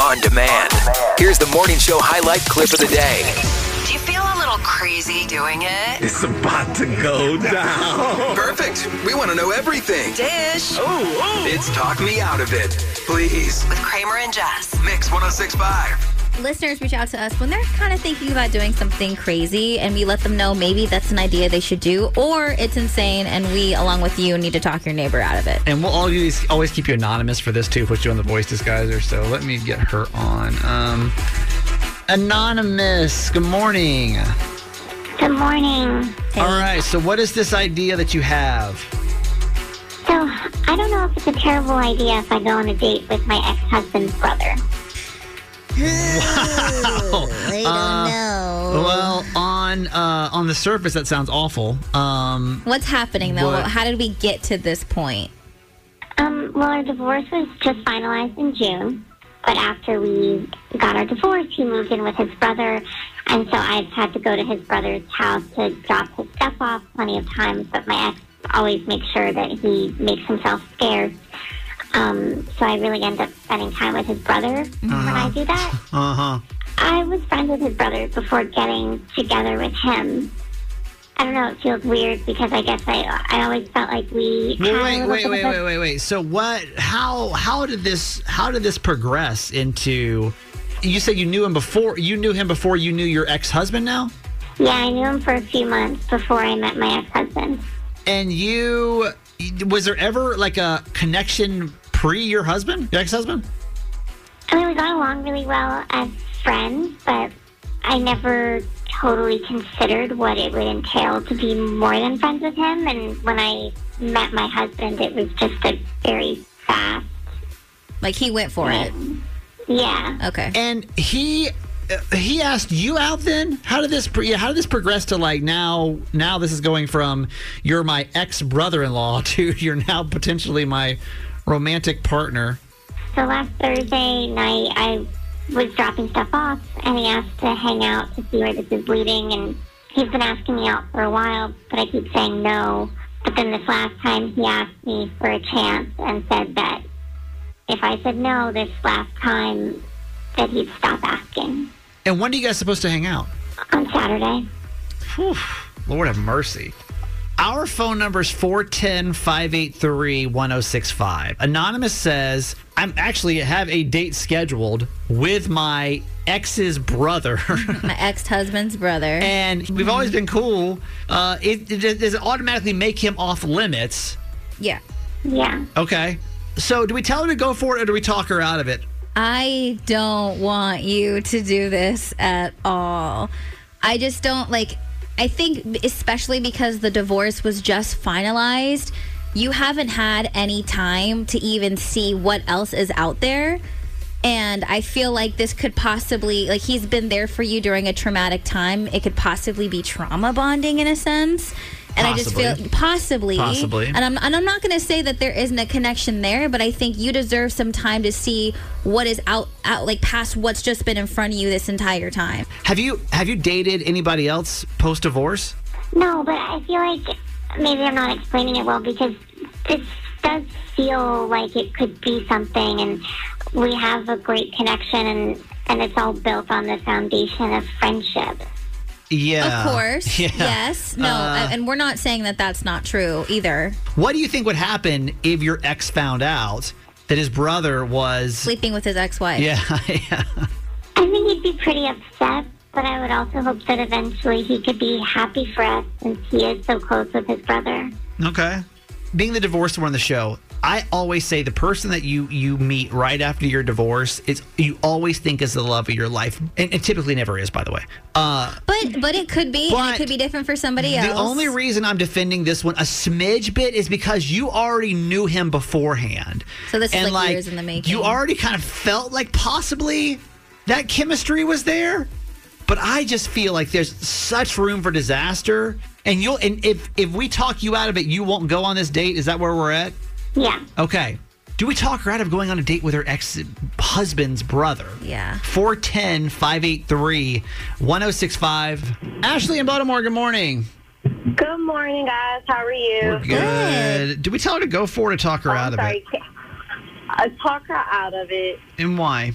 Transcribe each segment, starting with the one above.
on demand. Here's the morning show highlight clip of the day. Do you feel a little crazy doing it? It's about to go down. Perfect. We want to know everything. Dish Oh, oh. It's Talk Me Out of It. Please. with Kramer and Jess. Mix 1065. listeners reach out to us when they're kind of thinking about doing something crazy and we let them know maybe that's an idea they should do or it's insane and we along with you need to talk your neighbor out of it And we'll always always keep you anonymous for this too. Put you on the voice disguiser. So let me get her on. Um, anonymous. Good morning. Good morning. All right. So what is this idea that you have? So, I don't know if it's a terrible idea if I go on a date with my ex husband's brother. I don't Uh, know. Well, on uh, on the surface, that sounds awful. Um, what's happening though What? how did we get to this point Um, well, our divorce was just finalized in June, but after we got our divorce, he moved in with his brother, and so I've had to go to his brother's house to drop his stuff off plenty of times, but my ex always makes sure that he makes himself scarce. Um, so I really end up spending time with his brother when I do that. uh huh. I was friends with his brother before getting together with him. I don't know. It feels weird because I guess I I always felt like we. Wait, had a little wait, bit wait, of a- wait, wait, wait. So what? How how did this how did this progress into? You said you knew him before. You knew him before you knew your ex husband. Now. Yeah, I knew him for a few months before I met my ex-husband. And you, was there ever like a connection pre your husband, your ex husband? I mean, we got along really well as friends, but I never totally considered what it would entail to be more than friends with him. And when I met my husband, it was just a very fast. like he went for it Yeah. okay And he, uh, he asked you out. Then how did this? Pre- yeah, how did this progress to like now? Now this is going from you're my ex brother in law to you're now potentially my romantic partner. So last Thursday night, I was dropping stuff off, and he asked to hang out to see where this is leading. And he's been asking me out for a while, but I keep saying no. But then this last time, he asked me for a chance and said that if I said no this last time, that he'd stop asking And when are you guys supposed to hang out? on Saturday. Whew, Lord have mercy. Our phone number is 410 583 1065. Anonymous says, I'm actually have a date scheduled with my ex's brother. my ex-husband's brother and we've always been cool. Uh, it, it, does it automatically make him off limits? yeah Yeah. Okay. So do we tell her to go for it or do we talk her out of it? I don't want you to do this at all. I just don't like, I think, especially because the divorce was just finalized, you haven't had any time to even see what else is out there. And I feel like this could possibly, like, he's been there for you during a traumatic time. It could possibly be trauma bonding in a sense. And I just Possibly. feel possibly, Possibly. and I'm and I'm not going to say that there isn't a connection there, but I think you deserve some time to see what is out out like past what's just been in front of you this entire time. Have you have you dated anybody else post divorce? No, but I feel like maybe I'm not explaining it well because this does feel like it could be something, and we have a great connection, and and it's all built on the foundation of friendship. Yeah. Of course, Yeah. yes, no, Uh, and we're not saying that that's not true either. What do you think would happen if your ex found out that his brother was? Sleeping with his ex-wife. Yeah, yeah. I think he'd be pretty upset, but I would also hope that eventually he could be happy for us since he is so close with his brother. Okay. Being the divorced one on the show, I always say the person that you you meet right after your divorce is you always think is the love of your life, and it typically never is, by the way. Uh, But but it could be and But it could be different for somebody the else. only reason I'm defending this one a smidge bit is because you already knew him beforehand. So this is and like years in the making. You already kind of felt like possibly that chemistry was there, but I just feel like there's such room for disaster. And you'll and if if we talk you out of it, you won't go on this date. Is that where we're at? Yeah. Okay. Do we talk her out of going on a date with her ex husband's brother? Yeah. 410 583 1065. Ashley in Baltimore, good morning. Good morning, guys. How are you? We're good. Did we tell her to go for it or talk her I'm uh, out of sorry. it? I talk her out of it. And why?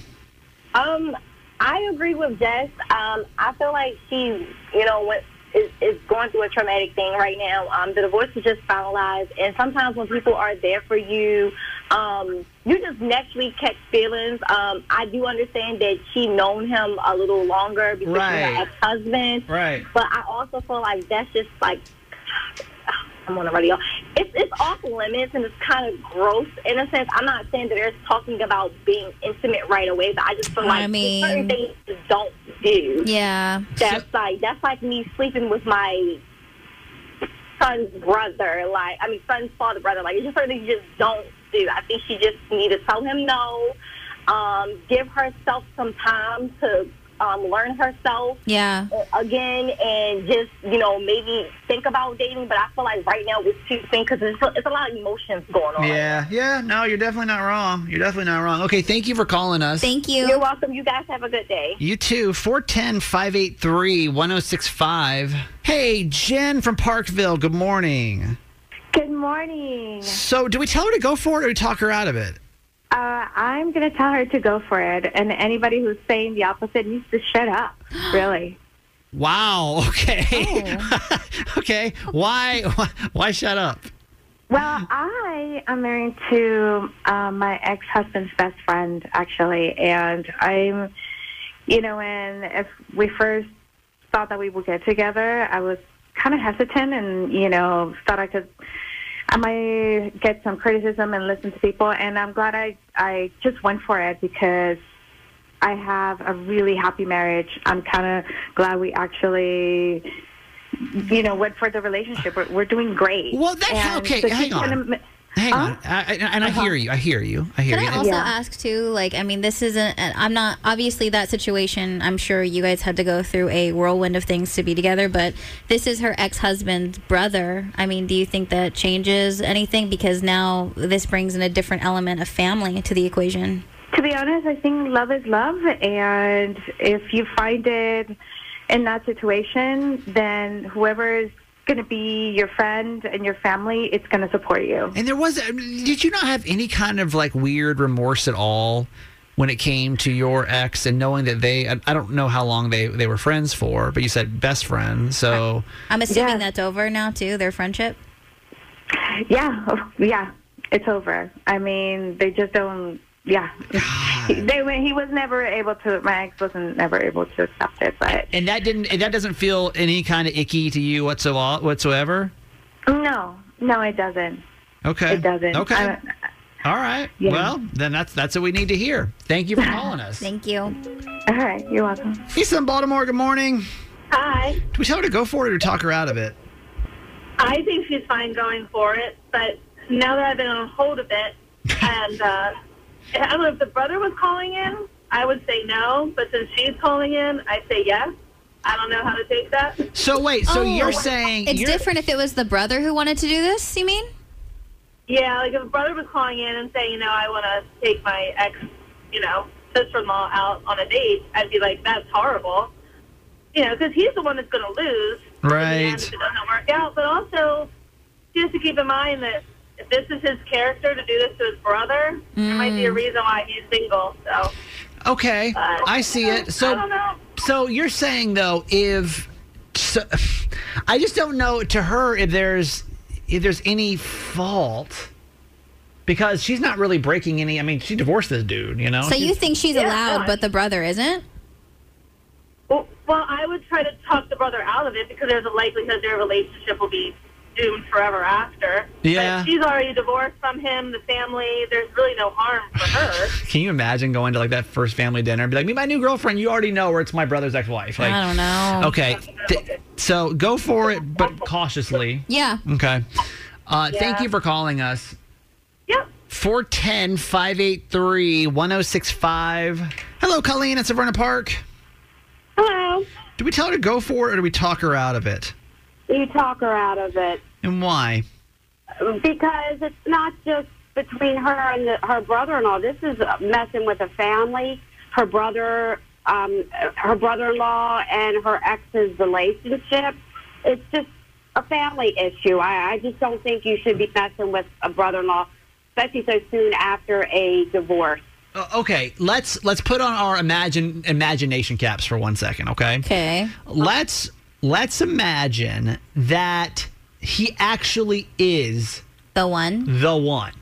Um, I agree with Jess. Um, I feel like she, you know, what is, is going through a traumatic thing right now. Um, the divorce is just finalized, and sometimes when people are there for you, um, you just naturally catch feelings. Um, I do understand that she known him a little longer because Right. she's an ex-husband, Right. but I also feel like that's just like I'm on the radio. It's it's off limits and it's kind of gross in a sense. I'm not saying that they're talking about being intimate right away, but I just feel I like mean- there's certain things you just don't do. Yeah. That's like that's like me sleeping with my son's brother. Like I mean, son's father brother. Like it's just something you just don't do. I think she just need to tell him no. Um, give herself some time to um, learn herself Yeah. again and just you know maybe think about dating but i feel like right now it's too soon because it's, it's a lot of emotions going on Yeah, yeah. No, you're definitely not wrong. You're definitely not wrong. Okay, thank you for calling us. Thank you're you. welcome you guys have a good day you too. 410 583 1065. Hey, Jen from Parkville, good morning. Good morning. So, do we tell her to go for it or do we talk her out of it? Uh, I'm going to tell her to go for it, and anybody who's saying the opposite needs to shut up. Really? Wow. Okay. okay. Why, why? Why shut up? Well, I am married to um, my ex-husband's best friend, actually, and I'm, you know, and if we first thought that we would get together, I was kind of hesitant, and you know, thought I could, I might get some criticism and listen to people, and I'm glad I I just went for it because I have a really happy marriage. I'm kind of glad we actually. You know, went for the relationship. We're, we're doing great. Well, that- And okay, so hang she's on. gonna- Hang Huh? on. I, I, and I hear you. I hear you. I hear Can you. I also Yeah. ask too? Like, I mean, this isn't. I'm not obviously that situation. I'm sure you guys had to go through a whirlwind of things to be together, but this is her ex-husband's brother. I mean, do you think that changes anything? Because now this brings in a different element of family to the equation. To be honest, I think love is love, and if you find it in that situation, then whoever is going to be your friend and your family, it's going to support you. And there was. I mean, Did you not have any kind of like weird remorse at all when it came to your ex and knowing that they? I I don't know how long they they were friends for, but you said best friend. So I'm assuming Yeah. that's over now too. Their friendship. Yeah, oh, yeah, it's over. I mean, they just don't. Yeah, they were- he was never able to. My ex wasn't never able to accept it, but and that didn't. And that doesn't feel any kind of icky to you whatsoever. Whatsoever. no, no, it doesn't. Okay. It doesn't. Okay. I- all right. Yeah. Well, then that's that's what we need to hear. Thank you for calling us. Thank you. all right, you're welcome. He's in Baltimore. Good morning. hi Do we tell her to go for it or talk her out of it? i think she's fine going for it but now that i've been on hold of it and uh i don't know if the brother was calling in i would say no but since she's calling in i say yes i don't know how to take that So wait. So Oh, you're saying It's you're, different if it was the brother who wanted to do this. You mean? Yeah, like if a brother was calling in and saying, you know, I want to take my ex, you know, sister-in-law out on a date, I'd be like, that's horrible. You know, because he's the one that's going to lose. in the end Right. If it doesn't work out. But also, just to keep in mind that if this is his character to do this to his brother, there might Mm. be a reason why he's single. So Okay, Uh, I see it. I So, don't know. so you're saying though, if so, I just don't know to her if there's if there's any fault because she's not really breaking any. I mean, she divorced this dude, you know. So She's- you think she's Yeah, allowed, no, but the brother isn't? Well, well, I would try to talk the brother out of it because there's a likelihood their relationship will be doomed forever after. Yeah. But she's already divorced from him, the family. There's really no harm for her. can you imagine going to like that first family dinner and be like, "Meet my new girlfriend." You already know where it's my brother's ex-wife. Like, I don't know. Okay, th- so go for it, but cautiously. Yeah. Okay. Uh, Thank Yeah. you for calling us. yep. 410 583 1065. Hello, Colleen at Saverna Park. Hello. Do we tell her to go for it or do we talk her out of it? You talk her out of it. And why? because it's not just between her and the, her brother-in-law. This is messing with a family. Her brother, um, her brother-in-law, and her ex's relationship. It's just a family issue. I, I just don't think you should be messing with a brother-in-law, especially so soon after a divorce. Uh, okay, let's let's put on our imagine imagination caps for one second, okay? Okay. Let's let's imagine that he actually is The one. the one.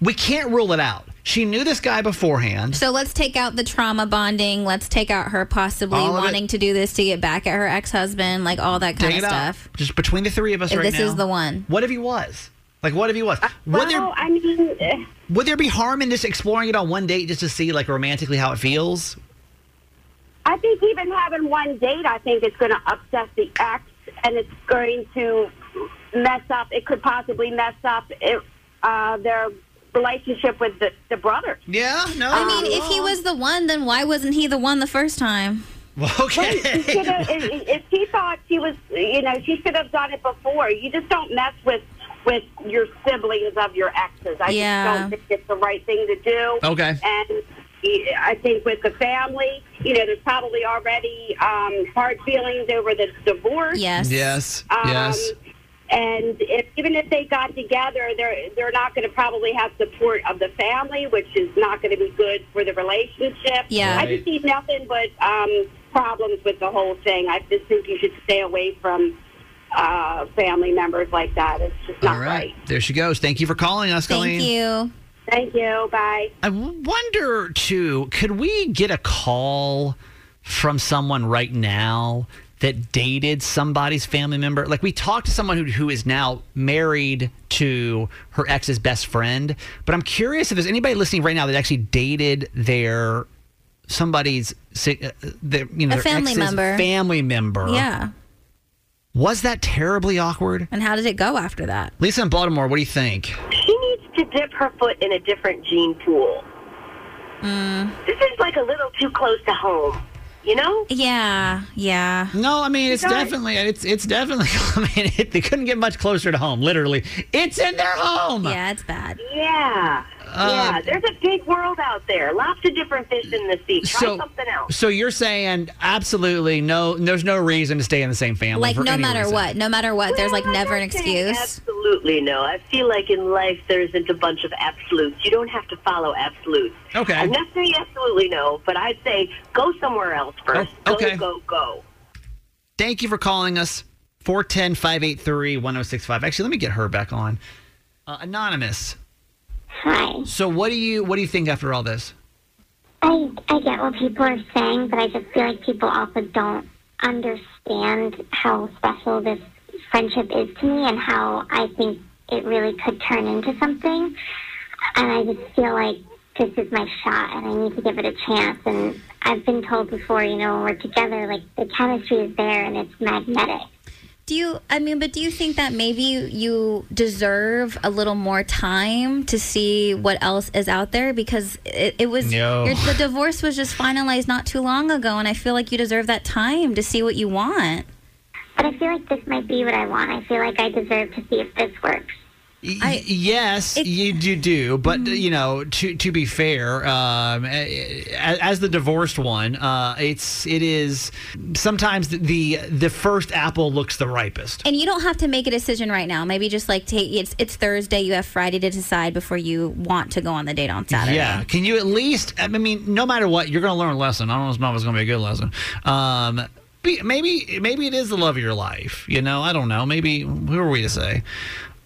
We can't rule it out. She knew this guy beforehand. So let's take out the trauma bonding. Let's take out her possibly All of it. wanting to do this to get back at her ex husband, like all that kind Take it of out. stuff. Just between the three of us If right this now. is the one. What if he was? Like what if he was? Uh, Well, would there I mean, eh, would there be harm in just exploring it on one date just to see like romantically how it feels? I think even having one date, I think it's going to upset the ex, and it's going to mess up. It could possibly mess up it, uh, their relationship with the, the brothers. Yeah, no. I mean, if he was the one, then why wasn't he the one the first time? okay. Should have- if if she thought she was, you know, she should have done it before. You just don't mess with with your siblings of your exes. I Yeah. just don't think it's the right thing to do. Okay. And eh, I think with the family, you know, there's probably already um, hard feelings over the divorce. Yes. Yes. Um, yes. And if, even if they got together, they're they're not going to probably have support of the family, which is not going to be good for the relationship. Yeah. I just see nothing but um, problems with the whole thing. I just think you should stay away from uh, family members like that. It's just not All right. right. There she goes. Thank you for calling us, Colleen. Thank you. Thank you. Bye. I wonder too, could we get a call from someone right now that dated somebody's family member? Like we talked to someone who, who is now married to her ex's best friend, but I'm curious if there's anybody listening right now that actually dated their somebody's si- uh, their, you know A their family ex's member. family member. Yeah. Was that terribly awkward? And how did it go after that? Lisa in Baltimore, what do you think? she needs to dip her foot in a different gene pool. This is like a little too close to home, you know? Yeah. Yeah. No, I mean it's definitely it's it's definitely. I mean it, they couldn't get much closer to home. Literally, it's in their home. Yeah, it's bad. Yeah. Um, yeah. There's a big world out there. Lots of different fish in the sea. Try So, something else. so you're saying absolutely no? There's no reason to stay in the same family. Like, for no any matter reason. what, no matter what, there's like Well, I'm never an not saying excuse. Absolutely no. I feel like in life there isn't a bunch of absolutes. You don't have to follow absolutes. Okay. I'm not saying absolutely no, but I'd say go somewhere else first. Oh, okay. Go, go, go. Thank you for calling us. 410-583-1065. Actually, let me get her back on. Uh, anonymous. Hi. So what do you what do you think after all this? I, I get what people are saying, but I just feel like people also don't understand how special this friendship is to me and how I think it really could turn into something. And I just feel like this is my shot and I need to give it a chance. And I've been told before, you know, when we're together, like the chemistry is there and it's magnetic. Do you, I mean, but do you think that maybe you deserve a little more time to see what else is out there? Because it, it was, No. your, the divorce was just finalized not too long ago, and I feel like you deserve that time to see what you want. But I feel like this might be what I want. I feel like I deserve to see if this works. Y- I- yes, it- Mm. you do, do but you know, to to be fair, um, a- a- as the divorced one, uh, it's it is sometimes the the first apple looks the ripest. And you don't have to make a decision right now. Maybe just like take it's it's Thursday. You have Friday to decide before you want to go on the date on Saturday. Yeah, can you at least? I mean, no matter what, you're going to learn a lesson. I don't know if it's going to be a good lesson. Um, be- maybe maybe it is the love of your life. You know, I don't know. Maybe who are we to say?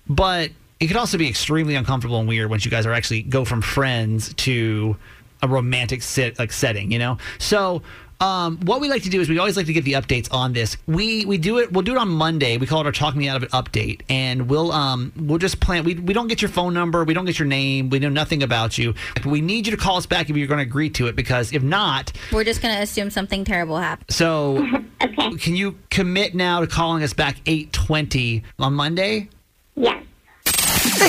But it could also be extremely uncomfortable and weird once you guys are actually go from friends to a romantic sit like setting, you know? So um, what we like to do is we always like to get the updates on this. We we do it we'll do it on Monday. We call it our talk me out of it update and we'll um we'll just plan we, we don't get your phone number, we don't get your name, we know nothing about you. We need you to call us back if you're gonna agree to it because if not, We're just gonna assume something terrible happened. so Okay. can you commit now to calling us back eight twenty on Monday? Yes. Hey,